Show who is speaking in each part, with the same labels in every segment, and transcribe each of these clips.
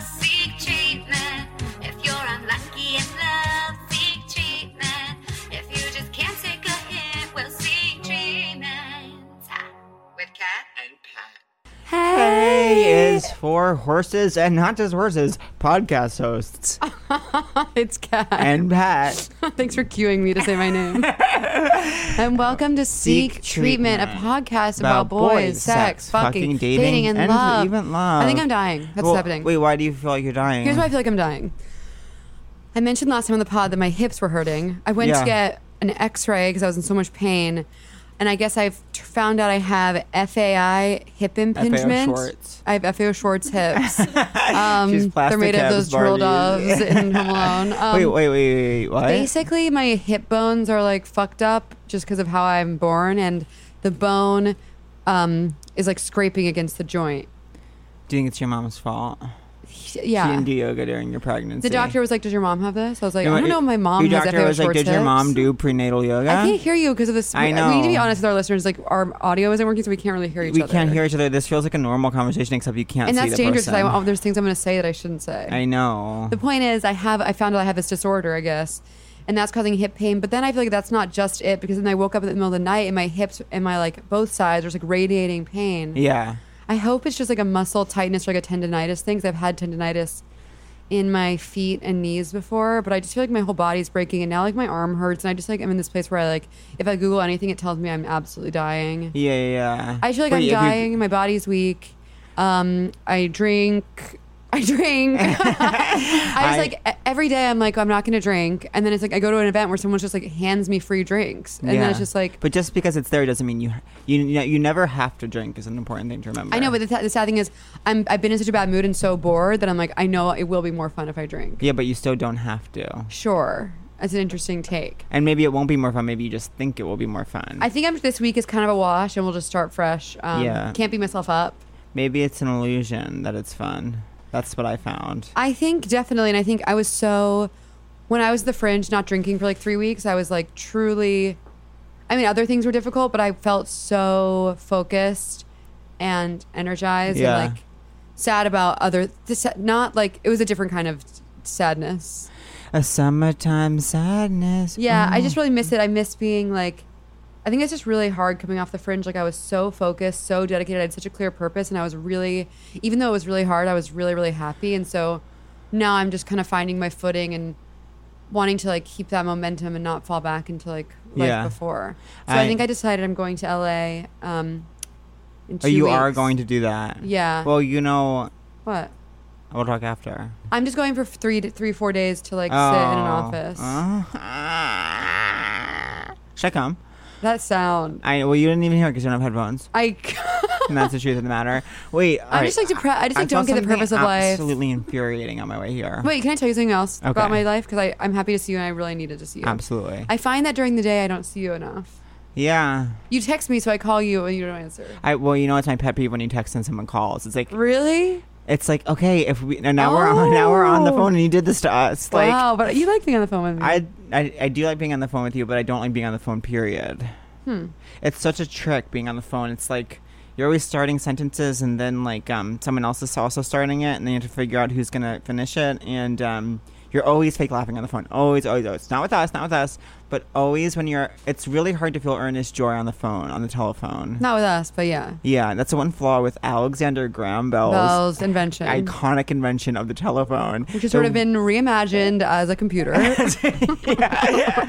Speaker 1: Seek treatment if you're unlucky in love. Seek treatment if you just can't take a hint. Well, seek treatment with Cat and Pat.
Speaker 2: Hey is for horses and not just horses, podcast hosts.
Speaker 3: It's Kat.
Speaker 2: And Pat,
Speaker 3: Thanks for cueing me to say my name. and welcome to Seek,
Speaker 2: Seek
Speaker 3: Treatment, a podcast about, boys, sex, fucking, dating, and, love.
Speaker 2: even love.
Speaker 3: I think I'm dying. That's
Speaker 2: Well,
Speaker 3: what's happening.
Speaker 2: Wait, why do you feel like you're dying?
Speaker 3: Here's why I feel like I'm dying. I mentioned last time on the pod that my hips were hurting. I went
Speaker 2: Yeah.
Speaker 3: to get an X-ray because I was in so much pain, and I guess I've t- found out I have FAI hip impingement.
Speaker 2: Schwartz.
Speaker 3: I have FAO Schwartz hips. Um,
Speaker 2: She's
Speaker 3: they're
Speaker 2: plastic
Speaker 3: made of those
Speaker 2: abs
Speaker 3: drill
Speaker 2: Barbies.
Speaker 3: doves in Home Alone. Um,
Speaker 2: wait, wait, wait, wait, wait, what?
Speaker 3: Basically, my hip bones are like fucked up just because of how I'm born, and the bone um, is like scraping against the joint.
Speaker 2: Do you think it's your mom's fault? She
Speaker 3: Yeah.
Speaker 2: didn't do yoga during your pregnancy.
Speaker 3: The doctor was like, "Does your mom have this?" I was like,
Speaker 2: No,
Speaker 3: "I don't know. if My mom
Speaker 2: Your
Speaker 3: has
Speaker 2: doctor
Speaker 3: FAO
Speaker 2: was like,
Speaker 3: Schwartz
Speaker 2: "Did your mom
Speaker 3: hips."
Speaker 2: do prenatal yoga?"
Speaker 3: I can't hear you because of this.
Speaker 2: I
Speaker 3: We need to be
Speaker 2: know.
Speaker 3: honest with our listeners. Like, our audio isn't working, so we can't really hear each
Speaker 2: we
Speaker 3: other.
Speaker 2: can't hear each other. This feels like a normal conversation, except you can't
Speaker 3: And
Speaker 2: see
Speaker 3: that's
Speaker 2: the
Speaker 3: dangerous
Speaker 2: person.
Speaker 3: because oh, there's things I'm going to say that I shouldn't say.
Speaker 2: I know.
Speaker 3: The point is, I have I found out I have this disorder, I guess, and that's causing hip pain. But then I feel like that's not just it because then I woke up in the middle of the night and my hips and my like both sides was like radiating pain.
Speaker 2: yeah.
Speaker 3: I hope it's just like a muscle tightness or like a tendonitis thing. 'cause I've had tendonitis in my feet and knees before, but I just feel like my whole body's breaking and now like my arm hurts and I just like I'm in this place where I like if I Google anything, it tells me I'm absolutely dying.
Speaker 2: Yeah, yeah, yeah.
Speaker 3: I feel like
Speaker 2: Wait, if
Speaker 3: I'm
Speaker 2: you're-
Speaker 3: dying. My body's weak. Um, I drink. I drink. I was
Speaker 2: I-
Speaker 3: like e- every day. I'm like I'm not going to drink, and then it's like I go to an event where someone just like hands me free drinks, and then it's just like
Speaker 2: But just because it's there doesn't mean you you you never have to drink is an important thing to remember.
Speaker 3: I know. But the, th- the sad thing is, I'm I've been in such a bad mood and so bored that I'm like I know it will be more fun if I drink.
Speaker 2: yeah, but you still don't have to.
Speaker 3: Sure, that's an interesting take.
Speaker 2: And maybe it won't be more fun. Maybe you just think it will be more fun.
Speaker 3: I think I'm this week is kind of a wash, and we'll just start fresh. Um,
Speaker 2: Yeah.
Speaker 3: Can't beat myself up.
Speaker 2: maybe it's an illusion that it's fun. That's what I found.
Speaker 3: I think definitely, and I think I was so when I was at the fringe, not drinking for like three weeks. I was like truly. I mean, other things were difficult, but I felt so focused and energized,
Speaker 2: Yeah.
Speaker 3: and like sad about other. This, not like it was a different kind of sadness.
Speaker 2: A summertime sadness. Mm.
Speaker 3: Yeah, I
Speaker 2: Ooh.
Speaker 3: just really miss it. I miss being like. I think it's just really hard coming off the fringe. Like I was so focused, so dedicated. I had such a clear purpose, and I was really, even though it was really hard, I was really, really happy. And so now I'm just kind of finding my footing and wanting to like keep that momentum and not fall back into like life
Speaker 2: Yeah.
Speaker 3: before. So I,
Speaker 2: I-
Speaker 3: think I decided I'm going to LA. Um, in two
Speaker 2: Oh, you are
Speaker 3: weeks.
Speaker 2: going to do that.
Speaker 3: Yeah.
Speaker 2: Well, you know,
Speaker 3: What?
Speaker 2: we'll talk after.
Speaker 3: I'm just going for three, to, three, four days to like sit in an
Speaker 2: Oh,
Speaker 3: office.
Speaker 2: uh-huh. office. Should I come?
Speaker 3: That sound.
Speaker 2: I well, you didn't even hear because you don't have headphones.
Speaker 3: I.
Speaker 2: and that's the truth of the matter. Wait, all
Speaker 3: I'm just, like, depre- I just, like,
Speaker 2: saw
Speaker 3: don't get the
Speaker 2: something
Speaker 3: purpose of life.
Speaker 2: Absolutely infuriating on my way here.
Speaker 3: Wait, can I tell you something else
Speaker 2: Okay.
Speaker 3: about my life? Because I'm happy to see you and I really needed to see you.
Speaker 2: absolutely.
Speaker 3: I find that during the day I don't see you enough.
Speaker 2: yeah.
Speaker 3: You text me, so I call you and you don't answer.
Speaker 2: I well, you know, it's my pet peeve when you text and someone calls. It's like
Speaker 3: Really?
Speaker 2: it's like okay, if we and now we're on now we're on the
Speaker 3: Oh.
Speaker 2: phone and you did this to us. Like
Speaker 3: wow, but you like being on the phone with me.
Speaker 2: I, I I do like being on the phone with you, but I don't like being on the phone. Period.
Speaker 3: Hmm.
Speaker 2: It's such a trick being on the phone. It's like. You're always starting sentences, and then like um, someone else is also starting it, and then you have to figure out who's gonna finish it. And um, you're always fake laughing on the phone. Always, always, always. Not with us, not with us, but always when you're. It's really hard to feel earnest joy on the phone, on the telephone.
Speaker 3: Not with us, but yeah.
Speaker 2: Yeah, that's the one flaw with Alexander Graham Bell's
Speaker 3: Bell's invention,
Speaker 2: iconic invention of the telephone,
Speaker 3: which has sort of been reimagined as a computer. but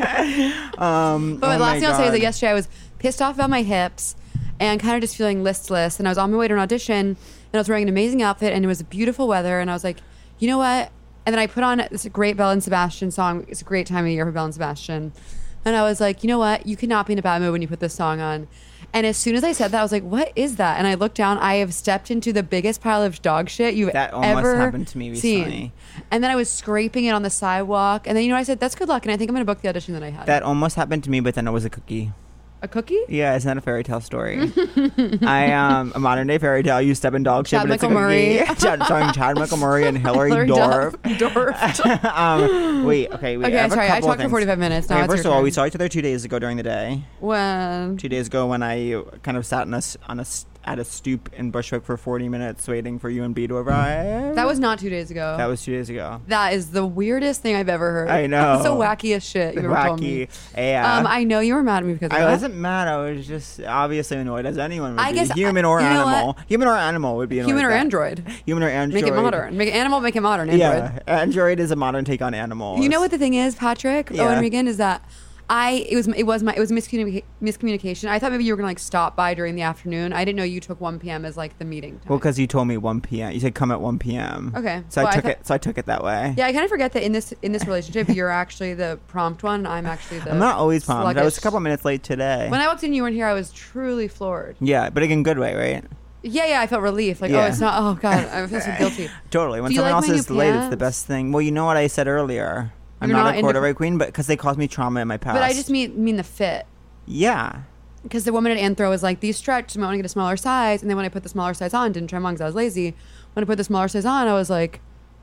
Speaker 2: Um, oh my
Speaker 3: last thing I'll say is
Speaker 2: God.
Speaker 3: that yesterday I was pissed off about my hips and kind of just feeling listless. And I was on my way to an audition and I was wearing an amazing outfit and it was beautiful weather. And I was like, you know what? And then I put on this great Bell and Sebastian song. It's a great time of year for Bell and Sebastian. And I was like, you know what? You cannot be in a bad mood when you put this song on. And as soon as I said that, I was like, what is that? And I looked down. I have stepped into the biggest pile of dog shit you've
Speaker 2: That almost
Speaker 3: ever
Speaker 2: happened to me
Speaker 3: seen.
Speaker 2: recently.
Speaker 3: And then I was scraping it on the sidewalk. And then, you know, I said, that's good luck. And I think I'm going to book the audition that I had.
Speaker 2: That almost happened to me, but then it was a cookie.
Speaker 3: a cookie?
Speaker 2: Yeah, it's not a fairy tale story. I um a modern day fairy tale. You step in dog shit,
Speaker 3: Chad
Speaker 2: but it's a
Speaker 3: Michael
Speaker 2: cookie.
Speaker 3: Murray.
Speaker 2: Chad, starring Chad Michael Murray and Hilary Dorff.
Speaker 3: Dorf.
Speaker 2: um, wait, okay, we
Speaker 3: Okay,
Speaker 2: have a
Speaker 3: sorry, I
Speaker 2: couple of
Speaker 3: talked for
Speaker 2: things.
Speaker 3: 45 minutes. Now
Speaker 2: okay,
Speaker 3: it's
Speaker 2: first of
Speaker 3: your
Speaker 2: all, we
Speaker 3: turn.
Speaker 2: saw each other two days ago during the day.
Speaker 3: when
Speaker 2: Two days ago, when I kind of sat in a s on a s at a stoop in Bushwick for forty minutes waiting for you and B to arrive.
Speaker 3: that was not two days ago.
Speaker 2: that was two days ago.
Speaker 3: That is the weirdest thing I've ever heard.
Speaker 2: I know.
Speaker 3: so wacky as shit. You ever told me.
Speaker 2: Wacky. Yeah.
Speaker 3: Um, I know you were mad at me because of
Speaker 2: I
Speaker 3: that.
Speaker 2: wasn't mad. I was just obviously annoyed, as anyone would
Speaker 3: I
Speaker 2: be.
Speaker 3: guess- uh,
Speaker 2: human or
Speaker 3: you know what?
Speaker 2: animal. Human or animal would be annoyed
Speaker 3: human
Speaker 2: at
Speaker 3: or
Speaker 2: that.
Speaker 3: android.
Speaker 2: Human or android.
Speaker 3: Make it modern. Make it animal. Make it modern. Android.
Speaker 2: Yeah, android is a modern take on animals.
Speaker 3: You know what the thing is, Patrick
Speaker 2: Yeah.
Speaker 3: Owen Regan, is that I it was it was my it was miscommunica- miscommunication. I thought maybe you were gonna like stop by during the afternoon. I didn't know you took 1 p.m. as like the meeting time.
Speaker 2: Well, because you told me 1 p.m. You said come at 1 p.m.
Speaker 3: Okay.
Speaker 2: So
Speaker 3: Well,
Speaker 2: I
Speaker 3: I
Speaker 2: took
Speaker 3: thought-
Speaker 2: it. So I took it that way.
Speaker 3: yeah, I kind of forget that in this in this relationship, you're actually the prompt one. and I'm actually the.
Speaker 2: I'm not always pumped. I was a
Speaker 3: sluggish.
Speaker 2: couple minutes late today.
Speaker 3: When I walked in, you weren't here. I was truly floored.
Speaker 2: yeah, but in a good way, right?
Speaker 3: Yeah, yeah, I felt relief. Like,
Speaker 2: Yeah.
Speaker 3: oh, it's not. Oh God, I feel so guilty.
Speaker 2: Totally. When
Speaker 3: Do you
Speaker 2: someone
Speaker 3: like
Speaker 2: else
Speaker 3: my new
Speaker 2: is late, it's the
Speaker 3: pants?
Speaker 2: best thing. Well, you know what I said earlier. I'm
Speaker 3: You're
Speaker 2: not,
Speaker 3: not
Speaker 2: a
Speaker 3: into-
Speaker 2: corduroy queen, but because they caused me trauma in my past.
Speaker 3: But I just mean mean the fit.
Speaker 2: yeah.
Speaker 3: because the woman at Anthro was like, these stretch, I want to get a smaller size. And then when I put the smaller size on, didn't try them on because I was lazy. When I put the smaller size on, I was like,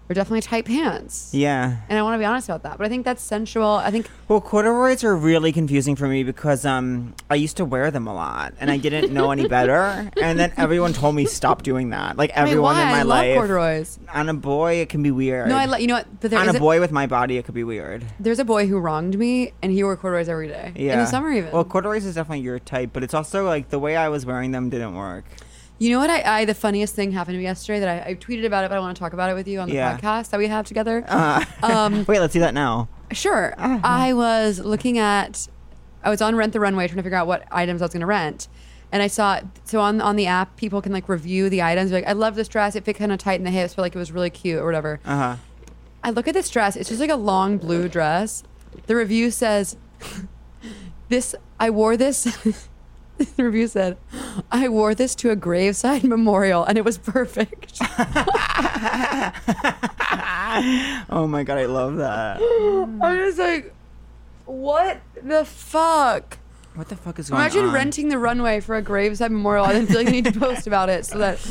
Speaker 3: they're definitely tight pants.
Speaker 2: Yeah.
Speaker 3: And I want to be honest about that. But I think that's sensual. I think
Speaker 2: Well, corduroys are really confusing for me because um, I used to wear them a lot and I didn't know any better. And then everyone told me stop doing that. Like
Speaker 3: I mean,
Speaker 2: everyone
Speaker 3: why?
Speaker 2: in my
Speaker 3: I
Speaker 2: life.
Speaker 3: love corduroys.
Speaker 2: On a boy, it can be weird.
Speaker 3: No, I like, you know what? But there
Speaker 2: On
Speaker 3: is
Speaker 2: a
Speaker 3: a-
Speaker 2: boy with my body, it could be weird.
Speaker 3: there's a boy who wronged me and he wore corduroys every day.
Speaker 2: Yeah.
Speaker 3: In the summer, even.
Speaker 2: Well, corduroys is definitely your type, but it's also like the way I was wearing them didn't work.
Speaker 3: You know what? I, I the funniest thing happened to me yesterday that I, I tweeted about it, but I want to talk about it with you on the
Speaker 2: Yeah.
Speaker 3: podcast that we have together.
Speaker 2: Uh,
Speaker 3: Um,
Speaker 2: wait, let's do that now.
Speaker 3: Sure. I was looking at, I was on Rent the Runway trying to figure out what items I was going to rent. And I saw, so on, on the app, people can like review the items. Like, I love this dress. It fit kind of tight in the hips, but like it was really cute or whatever.
Speaker 2: Uh huh.
Speaker 3: I look at this dress. It's just like a long blue dress. The review says, This, I wore this. the review said, I wore this to a graveside memorial and it was perfect.
Speaker 2: Oh my god, I love that.
Speaker 3: I'm just like, What the fuck?
Speaker 2: What the fuck is going
Speaker 3: Imagine
Speaker 2: on?
Speaker 3: renting the runway for a graveside memorial and then feeling the need to post about it so that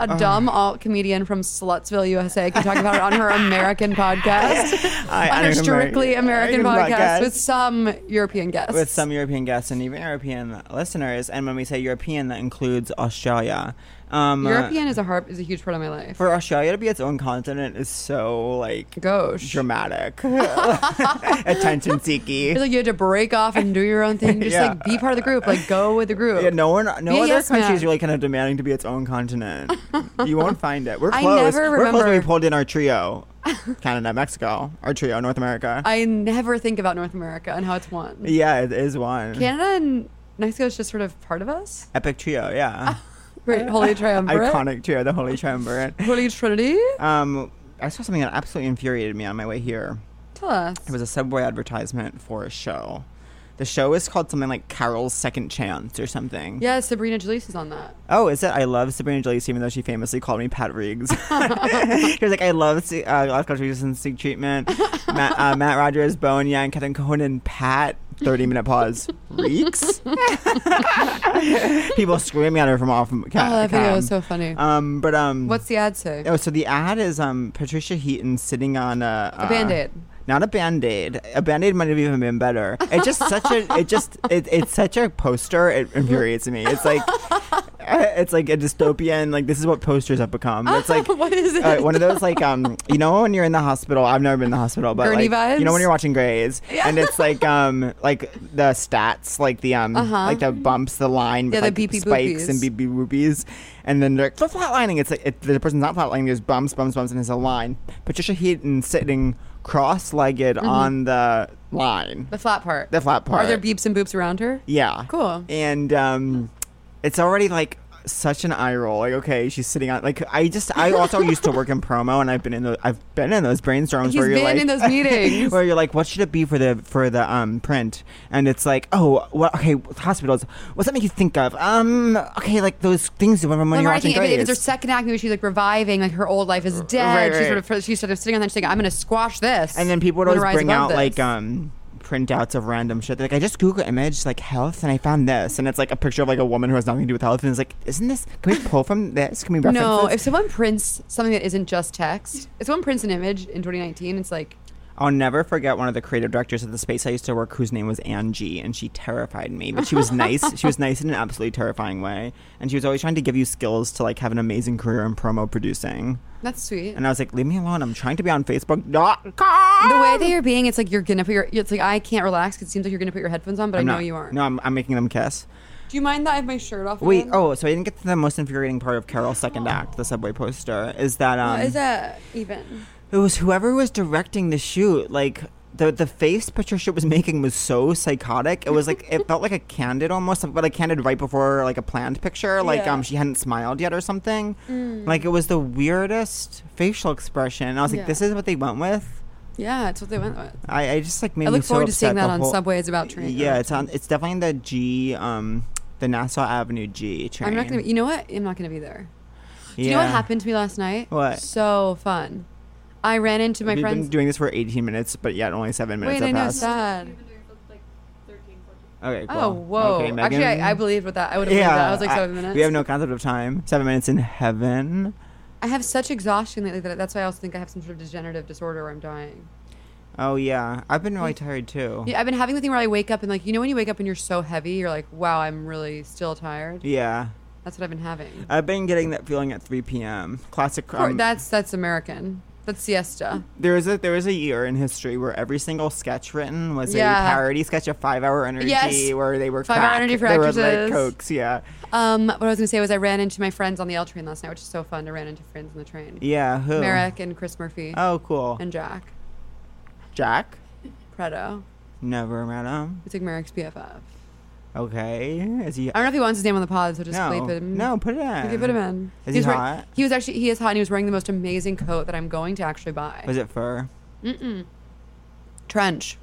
Speaker 3: a
Speaker 2: Oh.
Speaker 3: dumb alt comedian from Slutsville, USA can talk about it on her American podcast.
Speaker 2: I-
Speaker 3: on her
Speaker 2: I'm Ameri-
Speaker 3: strictly American, podcast,
Speaker 2: podcast.
Speaker 3: with some European guests.
Speaker 2: with some European guests and even European listeners. And when we say European, that includes Australia. Um, uh,
Speaker 3: European is a harp is a huge part of my life.
Speaker 2: for Australia to be its own continent is so like
Speaker 3: Gosh.
Speaker 2: dramatic, attention seeking.
Speaker 3: It's like you had to break off and do your own thing. Just
Speaker 2: Yeah.
Speaker 3: like be part of the group. Like go with the group.
Speaker 2: Yeah, no one, no
Speaker 3: Be a
Speaker 2: other
Speaker 3: yes
Speaker 2: country is
Speaker 3: man.
Speaker 2: really kind of demanding to be its own continent. you won't find it. We're
Speaker 3: I
Speaker 2: close.
Speaker 3: never
Speaker 2: We're close. when We
Speaker 3: remember-
Speaker 2: pulled in our trio, Canada, Mexico, our trio, North America.
Speaker 3: I never think about North America and how it's one.
Speaker 2: yeah, it is one
Speaker 3: Canada and Mexico is just sort of part of us.
Speaker 2: epic trio. Yeah,
Speaker 3: Great holy triumvirate.
Speaker 2: iconic trio, the Holy Triumvirate.
Speaker 3: Holy Trinity.
Speaker 2: Um, I saw something that absolutely infuriated me on my way here.
Speaker 3: Tell us.
Speaker 2: It was a subway advertisement for a show. The show is called something like Carol's Second Chance or something.
Speaker 3: Yeah, Sabrina Jalise is on that.
Speaker 2: Oh, is it? I love Sabrina Jalise, even though she famously called me Pat Riggs. she was like, I love Se- uh, Lost Culture Resistance Seek Treatment, Matt, uh, Matt Rogers, Bowen Yang, Kevin Cohen, and Pat. 30 minute pause. Reeks? People screaming at her from off. Ca-
Speaker 3: Oh, that video
Speaker 2: cam.
Speaker 3: was so funny.
Speaker 2: Ah, Um, but, um.
Speaker 3: What's the ad say?
Speaker 2: Oh, so the ad is um Patricia Heaton sitting on a, a
Speaker 3: Band-Aid.
Speaker 2: Not a band aid. A band aid might have even been better. It's just such a. It just. It, it's such a poster. It infuriates me. It's like. It's like a dystopian. Like this is what posters have become. It's like
Speaker 3: What is it?
Speaker 2: uh, one of those like um. You know when you're in the hospital. I've never been in the hospital, but
Speaker 3: Gurney
Speaker 2: like, you know
Speaker 3: vibes?
Speaker 2: when you're watching Grays, and it's like um like the stats, like the um like the bumps, the line, with,
Speaker 3: Uh-huh. Yeah, the
Speaker 2: like,
Speaker 3: beepy
Speaker 2: spikes
Speaker 3: boopies.
Speaker 2: and beep be rupees. And then they're like, for flatlining, it's like it, the person's not flatlining, there's bumps, bumps, bumps, and there's a line. Patricia Heaton sitting cross legged on the line,
Speaker 3: Mm-hmm. The flat part.
Speaker 2: the flat part.
Speaker 3: Are there beeps and boops around her?
Speaker 2: yeah.
Speaker 3: Cool.
Speaker 2: And um, it's already like such an eye roll. Like, okay, she's sitting on. Like, I just, I also used to work in promo, and I've been in those, I've been in those brainstorms
Speaker 3: He's
Speaker 2: where you're
Speaker 3: been
Speaker 2: like,
Speaker 3: in those meetings.
Speaker 2: where you're like, what should it be for the for the um print? And it's like, oh, well, okay, hospitals. What's that make you think of? Um, okay, like those things when, when
Speaker 3: Well,
Speaker 2: you're
Speaker 3: Mariah
Speaker 2: watching
Speaker 3: Carey, if, it- if it's her
Speaker 2: Grace.
Speaker 3: second act, maybe she's like reviving, like her old life is dead.
Speaker 2: right,
Speaker 3: She's
Speaker 2: right.
Speaker 3: sort of she's sort of sitting on that, she's like, I'm gonna squash this.
Speaker 2: And then people would
Speaker 3: I'm gonna
Speaker 2: always
Speaker 3: rise
Speaker 2: bring
Speaker 3: above
Speaker 2: out
Speaker 3: this.
Speaker 2: like um printouts of random shit. They're like, I just Google image like health and I found this, and it's like a picture of like a woman who has nothing to do with health, and it's like, isn't this? Can we pull from this? Can we reference?
Speaker 3: no.
Speaker 2: this?
Speaker 3: If someone prints something that isn't just text, if someone prints an image in 2019, it's like
Speaker 2: I'll never forget one of the creative directors at the space I used to work whose name was Angie, and she terrified me. But she was nice. she was nice in an absolutely terrifying way. And she was always trying to give you skills to like have an amazing career in promo producing.
Speaker 3: that's sweet.
Speaker 2: And I was like, leave me alone. I'm trying to be on Facebook.com.
Speaker 3: the way that you're being, it's like you're gonna put your. It's like I can't relax. 'cause it seems like you're gonna put your headphones on, but i
Speaker 2: I'm
Speaker 3: know
Speaker 2: not-
Speaker 3: you aren't.
Speaker 2: No, I'm, I'm making them kiss.
Speaker 3: Do you mind that I have my shirt off?
Speaker 2: Wait,
Speaker 3: again?
Speaker 2: oh, so I didn't get to the most infuriating part of Carol's second act, the subway poster, is that um
Speaker 3: What Oh. is that even?
Speaker 2: it was whoever was directing the shoot like the the face Patricia was making was so psychotic. It was like it felt like a candid almost, but a candid right before like a planned picture. Like
Speaker 3: Yeah. Mm.
Speaker 2: um she hadn't smiled yet or something. Like it was the weirdest facial expression. And I was like,
Speaker 3: Yeah.
Speaker 2: this is what they went with.
Speaker 3: Yeah, it's what they went with.
Speaker 2: I, I just like made
Speaker 3: I
Speaker 2: me
Speaker 3: look
Speaker 2: so
Speaker 3: forward to
Speaker 2: upset
Speaker 3: seeing that
Speaker 2: the
Speaker 3: on
Speaker 2: whole-
Speaker 3: subways about train.
Speaker 2: Yeah, it's on. It's definitely in the G, um, the Nassau Avenue G train.
Speaker 3: I'm not gonna. Be, you know what? I'm not gonna be there. Do you know what
Speaker 2: Yeah.
Speaker 3: happened to me last night?
Speaker 2: What?
Speaker 3: So fun. I ran into my
Speaker 2: We've
Speaker 3: friends.
Speaker 2: been doing this for 18 minutes, but yet only seven minutes
Speaker 3: Wait,
Speaker 2: have
Speaker 3: I know.
Speaker 2: passed.
Speaker 3: Sad.
Speaker 2: Okay. Cool.
Speaker 3: Oh, whoa.
Speaker 2: Okay,
Speaker 3: Actually,
Speaker 2: Megan.
Speaker 3: I, I believed with that. I would have believed
Speaker 2: Yeah,
Speaker 3: that. I was like seven minutes.
Speaker 2: We have no concept of time. Seven minutes in heaven.
Speaker 3: I have such exhaustion lately that that's why I also think I have some sort of degenerative disorder where I'm dying.
Speaker 2: Oh yeah, I've been really tired too.
Speaker 3: Yeah, I've been having the thing where I wake up and like you know when you wake up and you're so heavy, you're like, wow, I'm really still tired.
Speaker 2: Yeah.
Speaker 3: That's what I've been having.
Speaker 2: I've been getting that feeling at 3 p.m. Classic.
Speaker 3: Of course-
Speaker 2: Um,
Speaker 3: that's that's American. That's siesta.
Speaker 2: there was a there was a year in history where every single sketch written was
Speaker 3: Yeah.
Speaker 2: a parody sketch of Five Hour Energy,
Speaker 3: Yes.
Speaker 2: where they were
Speaker 3: Five Hour
Speaker 2: crack.
Speaker 3: Energy for
Speaker 2: they were like
Speaker 3: actresses.
Speaker 2: cokes. Yeah,
Speaker 3: Um, what I was gonna say was I ran into my friends on the L train last night, which is so fun. I ran into friends on the train.
Speaker 2: yeah. Who?
Speaker 3: Merrick and Chris Murphy
Speaker 2: Oh, cool.
Speaker 3: and Jack
Speaker 2: Jack.
Speaker 3: Preto.
Speaker 2: Never met him.
Speaker 3: It's like Merrick's BFF.
Speaker 2: Okay. Is he?
Speaker 3: I don't know if he wants his name on the pod, so just
Speaker 2: no.
Speaker 3: bleep him.
Speaker 2: No. Put it in.
Speaker 3: Okay, put him in.
Speaker 2: Is
Speaker 3: He's
Speaker 2: he
Speaker 3: wear-
Speaker 2: hot?
Speaker 3: he was actually he is hot and he was wearing the most amazing coat that I'm going to actually buy.
Speaker 2: Was it fur?
Speaker 3: Trench.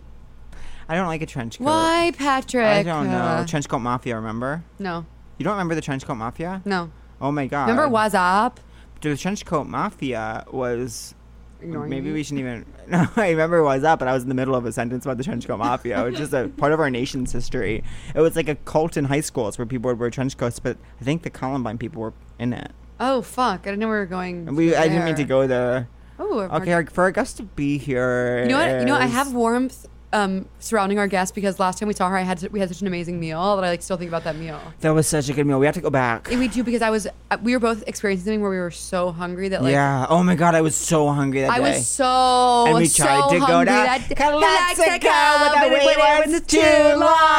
Speaker 2: I don't like a trench coat.
Speaker 3: Why, Patrick?
Speaker 2: I don't know.
Speaker 3: Uh,
Speaker 2: Trench coat mafia. Remember?
Speaker 3: no,
Speaker 2: You don't remember the trench coat mafia?
Speaker 3: no.
Speaker 2: Oh my god.
Speaker 3: Remember what's up?
Speaker 2: The trench coat mafia was.
Speaker 3: Ignoring
Speaker 2: Maybe
Speaker 3: me.
Speaker 2: we shouldn't even. No, I remember was up, but I was in the middle of a sentence about the trench coat mafia, which is a part of our nation's history. It was like a cult in high schools where people would wear trench coats, but I think the Columbine people were in it.
Speaker 3: Oh fuck! I didn't know we were going.
Speaker 2: And we, I didn't mean to
Speaker 3: there.
Speaker 2: go there.
Speaker 3: Oh,
Speaker 2: Okay, our- for us to be here.
Speaker 3: You know what? You know what? I
Speaker 2: is-
Speaker 3: have warmth um, surrounding our guest because last time we saw her, I had we had such an amazing meal that I like still think about that meal.
Speaker 2: That was such a good meal. We have to go back.
Speaker 3: And we do because I was uh, we were both experiencing something where we were so hungry that like
Speaker 2: yeah. Oh my god, I was so hungry that
Speaker 3: I
Speaker 2: day.
Speaker 3: was so
Speaker 2: and we tried
Speaker 3: so
Speaker 2: to go
Speaker 3: hungry
Speaker 2: down
Speaker 3: that
Speaker 2: Calexico, but
Speaker 3: but
Speaker 2: the
Speaker 3: it
Speaker 2: wait
Speaker 3: went-
Speaker 2: was
Speaker 3: it
Speaker 2: too long.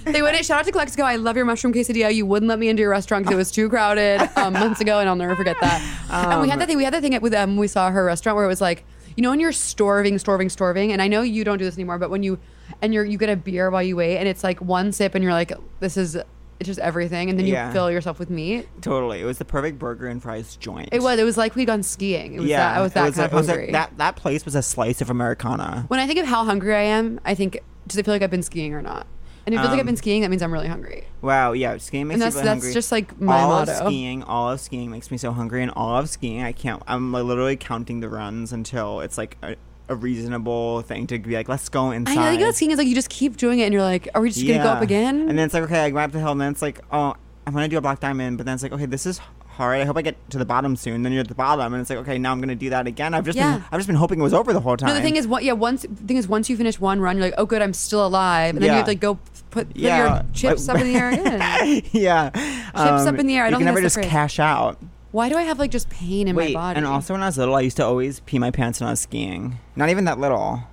Speaker 3: They wouldn't shout out to Calexico. I love your mushroom quesadilla. You wouldn't let me into your restaurant because it was too crowded um, months ago, and I'll never forget that.
Speaker 2: Um,
Speaker 3: and we had that thing. We had that thing at- with um, we saw her restaurant where it was like, you know, when you're storving, storving, storving, and I know you don't do this anymore, but when you and you're you get a beer while you wait, and it's like one sip, and you're like, this is it's just everything, and then you
Speaker 2: Yeah.
Speaker 3: fill yourself with meat.
Speaker 2: Totally, it was the perfect burger and fries joint.
Speaker 3: It was it was like we'd gone skiing. It was
Speaker 2: yeah,
Speaker 3: that, I was that
Speaker 2: it was
Speaker 3: kind
Speaker 2: a-
Speaker 3: of
Speaker 2: it was a-
Speaker 3: hungry.
Speaker 2: that that place was a slice of Americana.
Speaker 3: When I think of how hungry I am, I think does it feel like I've been skiing or not? And if it feels like I've
Speaker 2: Um,
Speaker 3: been skiing, that means I'm really hungry.
Speaker 2: Wow, yeah, skiing
Speaker 3: And
Speaker 2: makes me
Speaker 3: that's-
Speaker 2: really
Speaker 3: that's
Speaker 2: hungry.
Speaker 3: just, like, my
Speaker 2: all Of
Speaker 3: motto.
Speaker 2: skiing, all of skiing makes me so hungry, and all of skiing, I can't. I'm like, literally counting the runs until it's like a, a reasonable thing to be like, let's go
Speaker 3: I
Speaker 2: inside.
Speaker 3: know, think about skiing is like you just keep doing it, and you're like, are we just gonna go up
Speaker 2: Yeah.
Speaker 3: again?
Speaker 2: And then it's like, okay, I go up the hill, and then it's like, oh, I'm gonna do a black diamond, but then it's like, okay, this is hard. I hope I get to the bottom soon. Then you're at the bottom, and it's like, okay, now I'm gonna do that again. I've just
Speaker 3: Yeah.
Speaker 2: been, I've just been hoping it was over the whole time.
Speaker 3: no, the thing is, what? Yeah, once the thing is, once you finish one run, you're like, oh, good, I'm still alive, and then you
Speaker 2: Yeah.
Speaker 3: have to like go p- put, put
Speaker 2: Yeah.
Speaker 3: your chips up in the air again.
Speaker 2: yeah, Um,
Speaker 3: Chips up in the air. I
Speaker 2: you
Speaker 3: don't think
Speaker 2: can never
Speaker 3: that's
Speaker 2: just
Speaker 3: the phrase.
Speaker 2: cash out.
Speaker 3: Why do I have like just pain in
Speaker 2: Wait,
Speaker 3: my body?
Speaker 2: and also when I was little, I used to always pee my pants when I was skiing. Not even that little.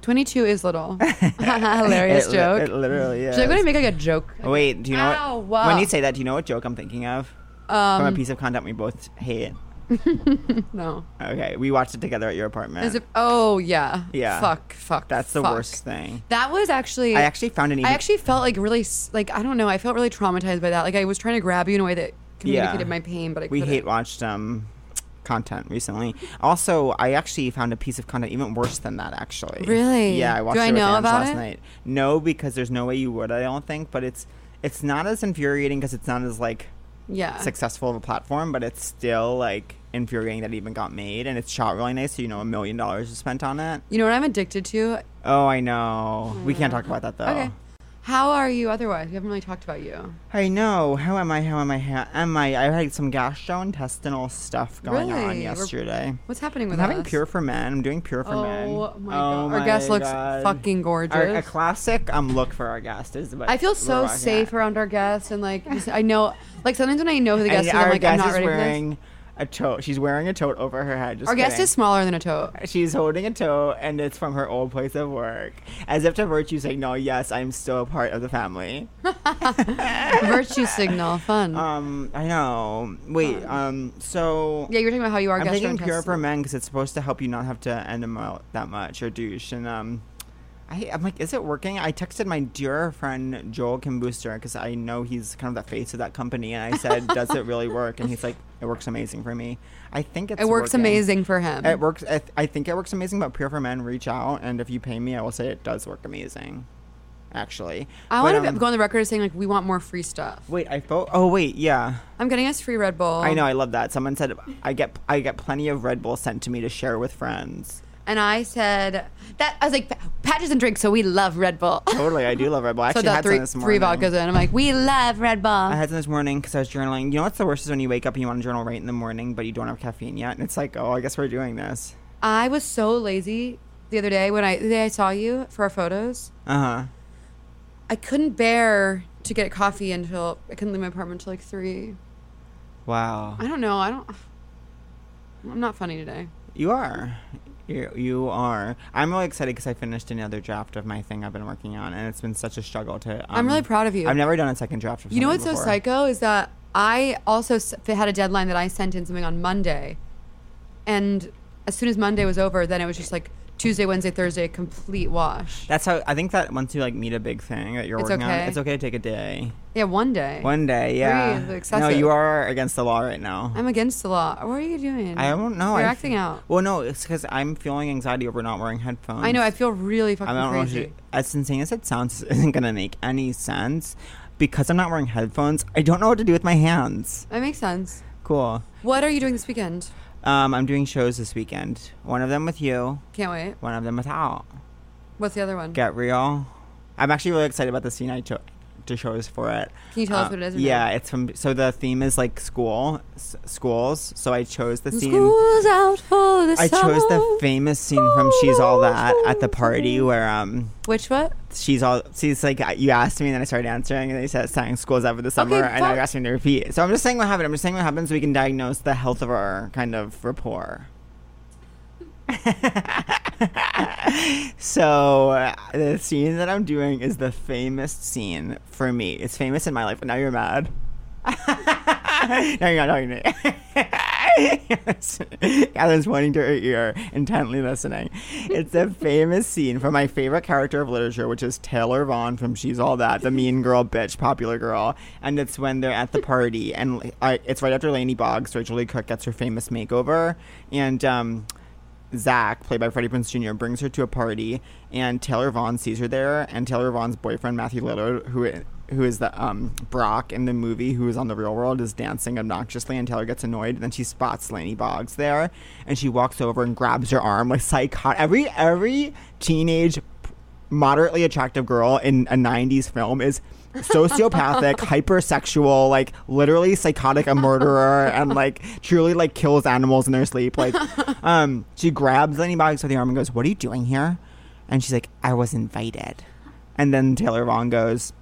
Speaker 3: 22 is little. Hilarious
Speaker 2: it, li-
Speaker 3: joke.
Speaker 2: It literally is.
Speaker 3: Should I go to make like a joke?
Speaker 2: Wait, do you know
Speaker 3: Ow,
Speaker 2: what?
Speaker 3: wow.
Speaker 2: When you say that, do you know what joke I'm thinking of? From a
Speaker 3: Um,
Speaker 2: piece of content we both hate.
Speaker 3: No.
Speaker 2: Okay, we watched it together at your apartment.
Speaker 3: Is it? Oh yeah.
Speaker 2: Yeah.
Speaker 3: Fuck. Fuck.
Speaker 2: That's the
Speaker 3: fuck.
Speaker 2: worst thing.
Speaker 3: That was actually.
Speaker 2: I actually found an. Even,
Speaker 3: I actually felt like really s- like I don't know. I felt really traumatized by that. Like I was trying to grab you in a way that communicated my pain, but I
Speaker 2: we
Speaker 3: couldn't.
Speaker 2: hate watched um content recently. Also, I actually found a piece of content even worse than that. Actually,
Speaker 3: Really?
Speaker 2: Yeah, I
Speaker 3: Do
Speaker 2: watched
Speaker 3: I
Speaker 2: it with
Speaker 3: know
Speaker 2: Ange
Speaker 3: about
Speaker 2: last
Speaker 3: it?
Speaker 2: night. No, because there's no way you would. I don't think, but it's it's not as infuriating because it's not as like
Speaker 3: yeah.
Speaker 2: successful of a platform, but it's still like infuriating that it even got made and it's shot really nice. So you know, a million dollars was spent on it.
Speaker 3: You know what I'm addicted to?
Speaker 2: Oh, I know. We can't talk about that though.
Speaker 3: Okay. How are you otherwise? We haven't really talked about you.
Speaker 2: I know. How am I? How am I? How am I? I had some gastrointestinal stuff going
Speaker 3: Really?
Speaker 2: on
Speaker 3: We're-
Speaker 2: yesterday.
Speaker 3: What's happening
Speaker 2: I'm
Speaker 3: with
Speaker 2: having
Speaker 3: us?
Speaker 2: pure for men. I'm doing pure for
Speaker 3: Oh
Speaker 2: men.
Speaker 3: my god. Our guest looks fucking gorgeous.
Speaker 2: Our, a classic um look for our guest is. What
Speaker 3: I feel
Speaker 2: we're
Speaker 3: so
Speaker 2: rocking
Speaker 3: safe
Speaker 2: at.
Speaker 3: around our guests and like just- I know like sometimes when I know who the guest
Speaker 2: And
Speaker 3: is,
Speaker 2: our
Speaker 3: I'm like I'm
Speaker 2: guest
Speaker 3: not
Speaker 2: is
Speaker 3: ready for this.
Speaker 2: wearing a tote. She's wearing a tote over her head. Just
Speaker 3: Our guest
Speaker 2: kidding.
Speaker 3: is smaller than a tote.
Speaker 2: She's holding a tote, and it's from her old place of work. As if to virtue signal, yes, I'm still a part of the family.
Speaker 3: Virtue signal, fun.
Speaker 2: Um, I know. Wait, um, so
Speaker 3: yeah, you were talking about how you are
Speaker 2: I'm thinking
Speaker 3: gastrointestinal.
Speaker 2: pure for men because it's supposed to help you not have to end them out that much or douche. And um, I, I'm like, is it working? I texted my dear friend Joel Kim Booster because I know he's kind of the face of that company, and I said, does it really work? And he's like, it works amazing for me. I think it's
Speaker 3: it works
Speaker 2: working.
Speaker 3: amazing for him.
Speaker 2: It works. I, th- I think it works amazing. But pure for men, reach out, and if you pay me, I will say it does work amazing. Actually,
Speaker 3: I
Speaker 2: But,
Speaker 3: want to
Speaker 2: um,
Speaker 3: go on the record as saying like we want more free stuff.
Speaker 2: Wait, I fo- Oh wait, yeah.
Speaker 3: I'm getting us free Red Bull.
Speaker 2: I know. I love that. Someone said I get I get plenty of Red Bull sent to me to share with friends.
Speaker 3: And I said that I was like, Patches and drinks, so we love Red Bull.
Speaker 2: Totally, Oh, I do love Red Bull. I
Speaker 3: so
Speaker 2: actually
Speaker 3: that
Speaker 2: had
Speaker 3: three
Speaker 2: some this
Speaker 3: three
Speaker 2: morning.
Speaker 3: vodkas in. I'm like, we love Red Bull.
Speaker 2: I had some this morning because I was journaling. You know what's the worst is when you wake up and you want to journal right in the morning, but you don't have caffeine yet, and it's like, oh, I guess we're doing this.
Speaker 3: I was so lazy the other day when I the day I saw you for our photos.
Speaker 2: Uh huh.
Speaker 3: I couldn't bear to get coffee until I couldn't leave my apartment until like three.
Speaker 2: Wow.
Speaker 3: I don't know. I don't. I'm not funny today.
Speaker 2: You are. You, you are. I'm really excited because I finished another draft of my thing I've been working on, and it's been such a struggle to. Um,
Speaker 3: I'm really proud of you.
Speaker 2: I've never done a second draft of.
Speaker 3: You know what's
Speaker 2: something
Speaker 3: so
Speaker 2: before.
Speaker 3: psycho is that I also s- had a deadline that I sent in something on Monday, and as soon as Monday was over, then it was just like Tuesday, Wednesday, Thursday, complete wash.
Speaker 2: That's how I think that once you like meet a big thing that you're
Speaker 3: It's
Speaker 2: working
Speaker 3: okay.
Speaker 2: on, it's okay to take a day.
Speaker 3: yeah, one day.
Speaker 2: One day, yeah.
Speaker 3: Breathe,
Speaker 2: no,
Speaker 3: excessive.
Speaker 2: you are against the law right now.
Speaker 3: I'm against the law. What are you doing?
Speaker 2: I don't know.
Speaker 3: You're
Speaker 2: I f-
Speaker 3: acting out.
Speaker 2: Well, no, it's because I'm feeling anxiety over not wearing headphones.
Speaker 3: I know. I feel really fucking
Speaker 2: I don't know. if
Speaker 3: crazy.
Speaker 2: you- As insane as it sounds, this isn't gonna make any sense because I'm not wearing headphones. I don't know what to do with my hands.
Speaker 3: That makes sense.
Speaker 2: Cool.
Speaker 3: What are you doing this weekend?
Speaker 2: Um, I'm doing shows this weekend. One of them with you.
Speaker 3: Can't wait.
Speaker 2: One of them without.
Speaker 3: What's the other one?
Speaker 2: Get real. I'm actually really excited about the scene I cho- to shows for it. Uh,
Speaker 3: Can you tell us what it is or no?
Speaker 2: Yeah, it's from. So the theme is like school, s- schools. So I chose the scene.
Speaker 3: School's out for the
Speaker 2: I chose the
Speaker 3: summer.
Speaker 2: famous scene from She's All That at the party where um
Speaker 3: Which what?
Speaker 2: she's all she's like uh, you asked me and then I started answering and they said saying school's out for the summer and now
Speaker 3: fuck.
Speaker 2: you're asking me to repeat. So I'm just saying what happened. I'm just saying what happened so we can diagnose the health of our kind of rapport. so uh, the scene that I'm doing is the famous scene for me. It's famous in my life, but now you're mad. now you're not talking to me. Catherine's pointing to her ear, intently listening. It's a famous scene from my favorite character of literature, which is Taylor Vaughn from She's All That, the mean girl, bitch, popular girl. And it's when they're at the party, and I, it's right after Lainey Boggs, Rachel Lee Cook gets her famous makeover, and um, Zach, played by Freddie Prinze Jr., brings her to a party, and Taylor Vaughn sees her there, and Taylor Vaughn's boyfriend Matthew Lillard, who i- who is the um, Brock in the movie, who is on the Real World, is dancing obnoxiously, and Taylor gets annoyed. And then she spots Laney Boggs there, and she walks over and grabs her arm like psychotic. Every every teenage moderately attractive girl in a 90s film is sociopathic hypersexual like literally psychotic a murderer and like truly like kills animals in their sleep like um she grabs Lenny Boggs by the arm and goes what are you doing here and she's like I was invited and then Taylor Vaughn goes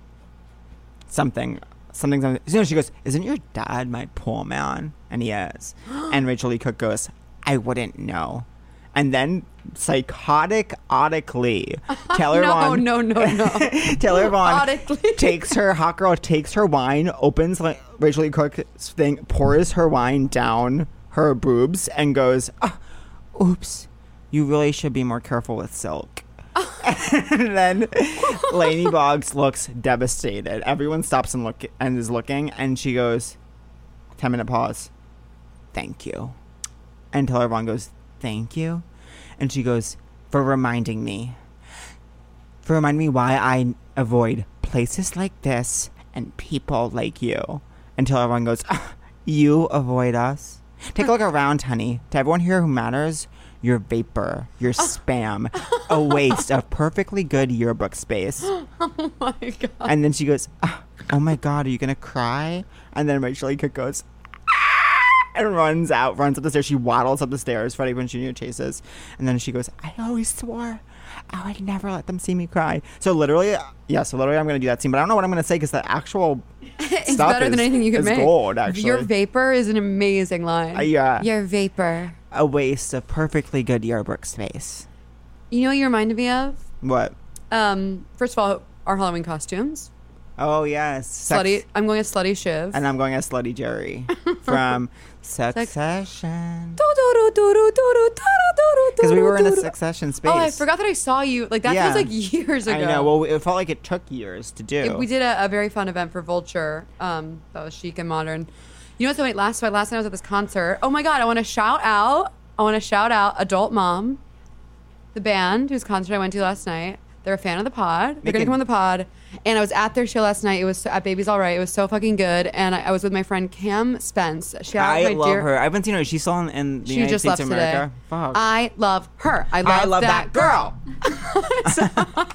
Speaker 2: something something something you know, she goes isn't your dad my poor man and he is and Rachel Lee Cook goes I wouldn't know and then psychotic otically Taylor
Speaker 3: no,
Speaker 2: Vaughn
Speaker 3: no, no, no.
Speaker 2: Taylor Vaughn
Speaker 3: Oddly.
Speaker 2: takes her hot E. girl takes her wine, opens like Rachel Lee Cook's thing, pours her wine down her boobs and goes, "Ah, "Oops, you really should be more careful with silk." and then Lainey Boggs looks devastated. Everyone stops and look and is looking, and she goes, 10 minute pause. Thank you. Until everyone goes, Thank you. And she goes, For reminding me. For reminding me why I avoid places like this and people like you. Until everyone goes, "Ah, You avoid us. Take a look around, honey. To everyone here who matters, your vapor, your spam, a waste of perfectly good yearbook space.
Speaker 3: Oh my god.
Speaker 2: And then she goes, "Ah, "Oh my god, are you gonna cry?" And then Rachel E. Cook goes, "Ah," and runs out, runs up the stairs. She waddles up the stairs. Freddie Prinze Jr. chases, and then she goes, "I always swore." I would never let them see me cry. So literally, yeah. So literally, I'm gonna do that scene, but I don't know what I'm gonna say because the actual
Speaker 3: It's
Speaker 2: stuff
Speaker 3: better than
Speaker 2: is-
Speaker 3: anything you could
Speaker 2: is
Speaker 3: make.
Speaker 2: gold, actually.
Speaker 3: Your vapor is an amazing line.
Speaker 2: Uh, yeah.
Speaker 3: Your vapor.
Speaker 2: a waste of perfectly good yearbook space.
Speaker 3: You know what you reminded me of?
Speaker 2: What?
Speaker 3: Um, first of all, our Halloween costumes.
Speaker 2: Oh yes, sex-
Speaker 3: Slutty. I'm going as slutty shiv.
Speaker 2: and I'm going as Slutty Jerry from Succession because
Speaker 3: Because
Speaker 2: we were in a Succession space.
Speaker 3: Oh, I forgot that I saw you. Like that
Speaker 2: Yeah.
Speaker 3: feels like years ago.
Speaker 2: I know. Well, it felt like it took years to do.
Speaker 3: It- we did a, a very fun event for Vulture. Um, that was chic and modern. You know what's so wait, last so last night I was at this concert. Oh my god, I want to shout out. I want to shout out Adult Mom, the band whose concert I went to last night. They're a fan of the pod. They're gonna
Speaker 2: Making-
Speaker 3: come on the pod. And I was at their show last night. It was so, at Baby's All Right. It was so fucking good. And I, I was with my friend Cam Spence. Shout out
Speaker 2: I
Speaker 3: my
Speaker 2: love
Speaker 3: dear,
Speaker 2: her. I haven't seen her. She's still in, in the
Speaker 3: She
Speaker 2: United
Speaker 3: just
Speaker 2: States
Speaker 3: left
Speaker 2: of
Speaker 3: today. Uh,
Speaker 2: America. Fuck.
Speaker 3: I love her. I love,
Speaker 2: I love that, girl.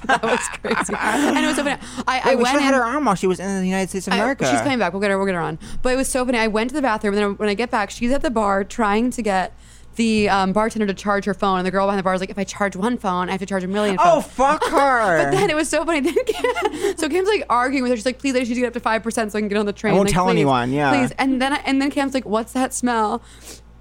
Speaker 3: that was crazy. And it was so funny. I, I
Speaker 2: Wait, we
Speaker 3: went
Speaker 2: should have had
Speaker 3: in-
Speaker 2: her on while she was in the United States of
Speaker 3: I-
Speaker 2: America.
Speaker 3: she's coming back. We'll get her. We'll get her on. But it was so funny. I went to the bathroom, and then when I get back, she's at the bar trying to get the um, bartender to charge her phone. And the girl behind the bar was like, "If I charge one phone, I have to charge a million
Speaker 2: Oh
Speaker 3: phones."
Speaker 2: fuck her!
Speaker 3: But then it was so funny. Then Kim, so Cam's like arguing with her. She's like, "Please, I just need to get up to five percent so I can get on the train."
Speaker 2: won't
Speaker 3: Like,
Speaker 2: tell
Speaker 3: please,
Speaker 2: anyone, yeah.
Speaker 3: please. And then and then Cam's like, "What's that smell?"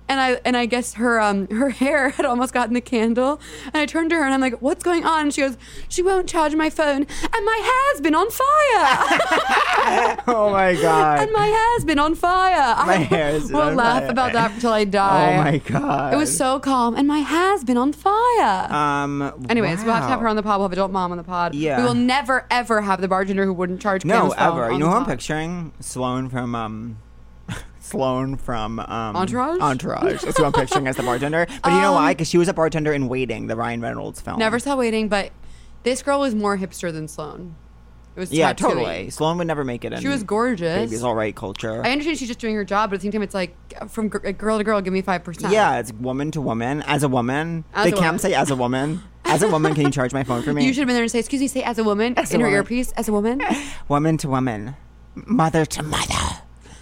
Speaker 3: And I and I guess her um her hair had almost gotten the candle. And I turned to her and I'm like, "What's going on?" And she goes, "She won't charge my phone, and my hair's been on fire."
Speaker 2: oh my god!
Speaker 3: and my hair's been on fire.
Speaker 2: My
Speaker 3: I
Speaker 2: hair's been
Speaker 3: will
Speaker 2: on
Speaker 3: laugh
Speaker 2: fire.
Speaker 3: about that until I die.
Speaker 2: oh my god!
Speaker 3: It was so calm, and my hair's been on fire.
Speaker 2: Um.
Speaker 3: Anyways, we'll have to have her
Speaker 2: wow.
Speaker 3: on the pod. We'll have adult mom on the pod.
Speaker 2: Yeah.
Speaker 3: We will never ever have the bartender who wouldn't charge.
Speaker 2: No,
Speaker 3: Cam's phone
Speaker 2: ever.
Speaker 3: on
Speaker 2: You know
Speaker 3: the
Speaker 2: who I'm
Speaker 3: pod.
Speaker 2: picturing? Sloan from um Sloan from um,
Speaker 3: Entourage? Um,
Speaker 2: Entourage. That's who I'm picturing as the bartender. But you know why? Because she was a bartender in Waiting, the Ryan Reynolds film.
Speaker 3: Never saw waiting, but this girl was more hipster than Sloan. It was
Speaker 2: Yeah,
Speaker 3: tattooey.
Speaker 2: totally. Sloan would never make it. In
Speaker 3: She was gorgeous.
Speaker 2: Baby's all right culture.
Speaker 3: I understand she's just doing her job, but at the same time, it's like from gr- uh, girl to girl, give me five percent.
Speaker 2: yeah, it's woman to woman. As a woman,
Speaker 3: As
Speaker 2: they
Speaker 3: a
Speaker 2: can't
Speaker 3: woman.
Speaker 2: say as a woman. As a woman, can you charge my phone for me?
Speaker 3: You should have been there and say, "Excuse me," say as a woman
Speaker 2: As a
Speaker 3: in her
Speaker 2: woman.
Speaker 3: earpiece, as a woman.
Speaker 2: Woman to woman, mother to mother.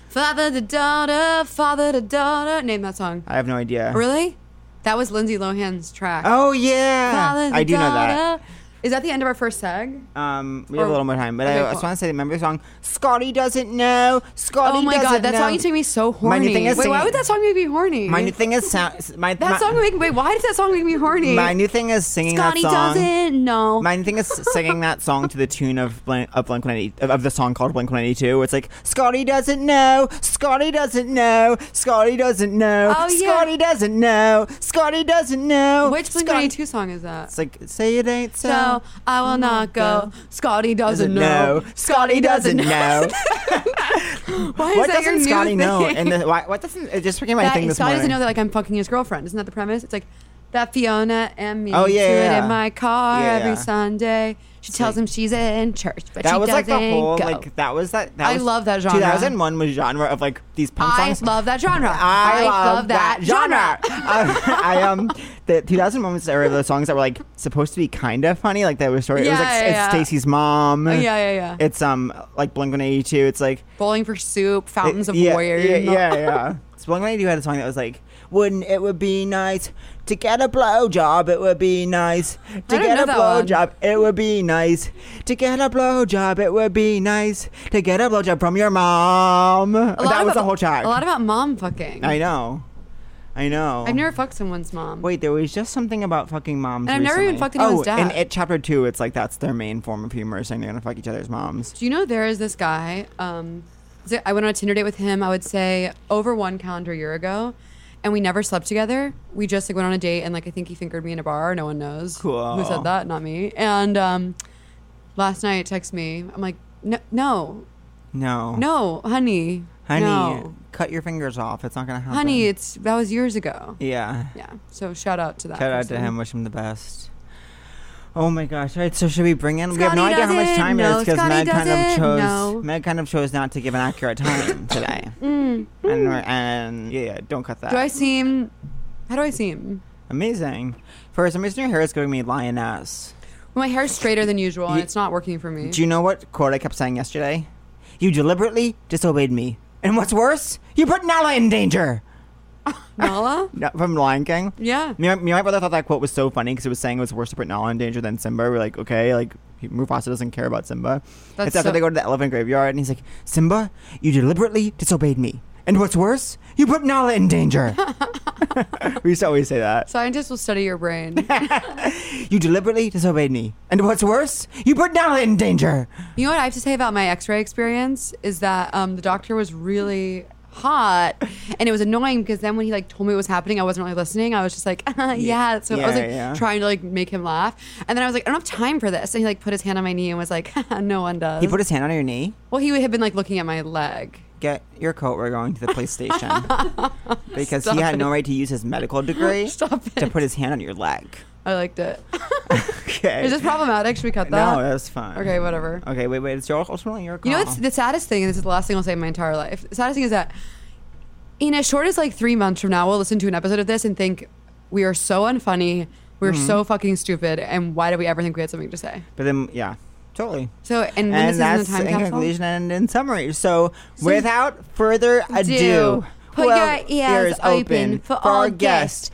Speaker 3: Father to daughter, father to daughter. Name that song.
Speaker 2: I have no idea.
Speaker 3: Really? That was Lindsay Lohan's track.
Speaker 2: Oh yeah,
Speaker 3: Father to
Speaker 2: I do know that.
Speaker 3: daughter. Is that the end of our first seg?
Speaker 2: Um, we have
Speaker 3: Or-
Speaker 2: a little more time, but
Speaker 3: okay,
Speaker 2: I
Speaker 3: cool.
Speaker 2: just want to say, remember the song "Scotty Doesn't Know." Scotty
Speaker 3: Oh my
Speaker 2: doesn't
Speaker 3: god, that
Speaker 2: know.
Speaker 3: song used to make me so
Speaker 2: My
Speaker 3: horny.
Speaker 2: new thing is
Speaker 3: Wait, why
Speaker 2: singing-
Speaker 3: would that song make me horny?
Speaker 2: My new thing is sound. My
Speaker 3: that
Speaker 2: my,
Speaker 3: song would make wait, why does that song make me horny?
Speaker 2: My new thing is singing
Speaker 3: Scotty
Speaker 2: that song.
Speaker 3: doesn't know.
Speaker 2: My new thing is singing that song to the tune of Blink, of Blink 182 of- of the song called Blink 182. It's like Scotty doesn't know, Scotty doesn't know, Scotty doesn't know,
Speaker 3: Oh, yeah.
Speaker 2: Scotty doesn't know, Scotty doesn't know.
Speaker 3: Which Blink
Speaker 2: Scotty-"
Speaker 3: 182 song is that?
Speaker 2: It's like say it ain't so.
Speaker 3: So I will not go. Scotty doesn't,
Speaker 2: Doesn't
Speaker 3: know.
Speaker 2: know. Scotty doesn't know.
Speaker 3: Why is
Speaker 2: what
Speaker 3: that your
Speaker 2: doesn't
Speaker 3: new
Speaker 2: Scotty
Speaker 3: thing?
Speaker 2: know? And the, why, what doesn't? It just became my
Speaker 3: that,
Speaker 2: thing this
Speaker 3: Scotty
Speaker 2: morning.
Speaker 3: doesn't know that like I'm fucking his girlfriend. Isn't that the premise? It's like that Fiona and me.
Speaker 2: Oh, yeah,
Speaker 3: do it
Speaker 2: yeah.
Speaker 3: in my car
Speaker 2: Yeah,
Speaker 3: every
Speaker 2: yeah.
Speaker 3: Sunday. She tells
Speaker 2: like-
Speaker 3: him she's in church, but she
Speaker 2: That was like
Speaker 3: doesn't
Speaker 2: the whole
Speaker 3: go.
Speaker 2: like that was that. that
Speaker 3: I
Speaker 2: was,
Speaker 3: love that genre.
Speaker 2: 2001 was genre of like these punk
Speaker 3: I
Speaker 2: songs.
Speaker 3: love that genre.
Speaker 2: I, love, that, genre. um, I um, the 2001 was the era of those songs that were like supposed to be kind of funny, like that was story. it was
Speaker 3: Yeah,
Speaker 2: like
Speaker 3: yeah,
Speaker 2: it's
Speaker 3: yeah.
Speaker 2: Stacy's mom.
Speaker 3: yeah, yeah, yeah.
Speaker 2: It's um like Blink 182. It's like
Speaker 3: Bowling for soup,
Speaker 2: it-
Speaker 3: fountains of
Speaker 2: yeah,
Speaker 3: warrior.
Speaker 2: Yeah, yeah, yeah. So Blink 182 had a song that was like, "Wouldn't it would be nice to get a blowjob? It would be nice to
Speaker 3: don't
Speaker 2: get
Speaker 3: know
Speaker 2: a
Speaker 3: that one.
Speaker 2: blowjob. It would be nice to get a blowjob. It would be nice to get a blowjob from your mom." That
Speaker 3: A lot about-
Speaker 2: was the whole track.
Speaker 3: A lot about mom fucking.
Speaker 2: I know, I know.
Speaker 3: Mm. I've never fucked someone's mom.
Speaker 2: Wait, there was just something about fucking moms.
Speaker 3: And I've never
Speaker 2: recently.
Speaker 3: even fucked anyone's
Speaker 2: oh,
Speaker 3: dad.
Speaker 2: In it chapter two, it's like that's their main form of humor, saying they're gonna fuck each other's moms.
Speaker 3: Do you know there is this guy? Um, is it- I went on a Tinder date with him. I would say over one calendar year ago, and we never slept together. We just like went on a date and like I think he fingered me in a bar. No one knows
Speaker 2: Cool.
Speaker 3: who said that, not me. And um, last night, text me. I'm like, no, no,
Speaker 2: No.
Speaker 3: no, honey,
Speaker 2: Honey,
Speaker 3: no.
Speaker 2: cut your fingers off. It's not gonna happen.
Speaker 3: honey. It's that was years ago.
Speaker 2: Yeah.
Speaker 3: Yeah. So shout out to that.
Speaker 2: Shout out to
Speaker 3: person.
Speaker 2: him. Wish him the best. Oh my gosh! All right, so should we bring in? we have no
Speaker 3: Scotty
Speaker 2: idea how much
Speaker 3: doesn't.
Speaker 2: time
Speaker 3: No,
Speaker 2: it is because
Speaker 3: Scotty
Speaker 2: Meg kind of
Speaker 3: doesn't.
Speaker 2: chose.
Speaker 3: No.
Speaker 2: Meg kind of chose not to give an accurate time today. And we're, and yeah, yeah, don't cut
Speaker 3: Mm.
Speaker 2: that.
Speaker 3: Do I seem? How do I seem?
Speaker 2: Amazing. For some reason, your hair is giving me lioness.
Speaker 3: My hair's straighter than usual, and
Speaker 2: You-
Speaker 3: it's not working for me.
Speaker 2: Do you know what quote I kept saying yesterday? You deliberately disobeyed me, and what's worse, you put Nala in danger.
Speaker 3: Nala?
Speaker 2: No, From Lion King.
Speaker 3: Yeah.
Speaker 2: Me, and- me and my brother thought that quote was so funny because it was saying it was worse to put Nala in danger than Simba. We're like, okay, like he- Mufasa doesn't care about Simba.
Speaker 3: That's
Speaker 2: it's after
Speaker 3: so-
Speaker 2: they go to the elephant graveyard, and he's like, Simba, you deliberately disobeyed me, and what's worse, you put Nala in danger. we used to always say that.
Speaker 3: Scientists will study your brain.
Speaker 2: You deliberately disobeyed me, and what's worse, you put Nala in danger.
Speaker 3: You know what I have to say about my X-ray experience is that um, the doctor was really hot, and it was annoying because then when he like told me what was happening, I wasn't really listening. I was just like, yeah. So I was
Speaker 2: Yeah,
Speaker 3: like
Speaker 2: yeah.
Speaker 3: trying to like make him laugh, and then I was like, I don't have time for this. And he like put his hand on my knee and was like, no one does.
Speaker 2: He put his hand on your knee.
Speaker 3: well, he had been like looking at my leg.
Speaker 2: Get your coat. We're going to the police station because
Speaker 3: Stop
Speaker 2: he had
Speaker 3: it.
Speaker 2: no right to use his medical degree
Speaker 3: Stop
Speaker 2: to
Speaker 3: it.
Speaker 2: put his hand on your leg.
Speaker 3: I liked it.
Speaker 2: Okay.
Speaker 3: Is this problematic? Should we cut that?
Speaker 2: No, that's fine.
Speaker 3: Okay, whatever.
Speaker 2: Okay, wait, wait. It's your ultimately your call.
Speaker 3: You know what's the saddest thing, and this is the last thing I'll say in my entire life. The saddest thing is that in as short as like three months from now, we'll listen to an episode of this and think we are so unfunny, we're so fucking stupid, and why did we ever think we had something to say?
Speaker 2: But then, yeah, totally.
Speaker 3: So, and when
Speaker 2: and
Speaker 3: this is
Speaker 2: that's
Speaker 3: in the time
Speaker 2: in
Speaker 3: capsule,
Speaker 2: conclusion and in summary. So, without further ado,
Speaker 3: Do. Put
Speaker 2: well,
Speaker 3: your ears open for our guest,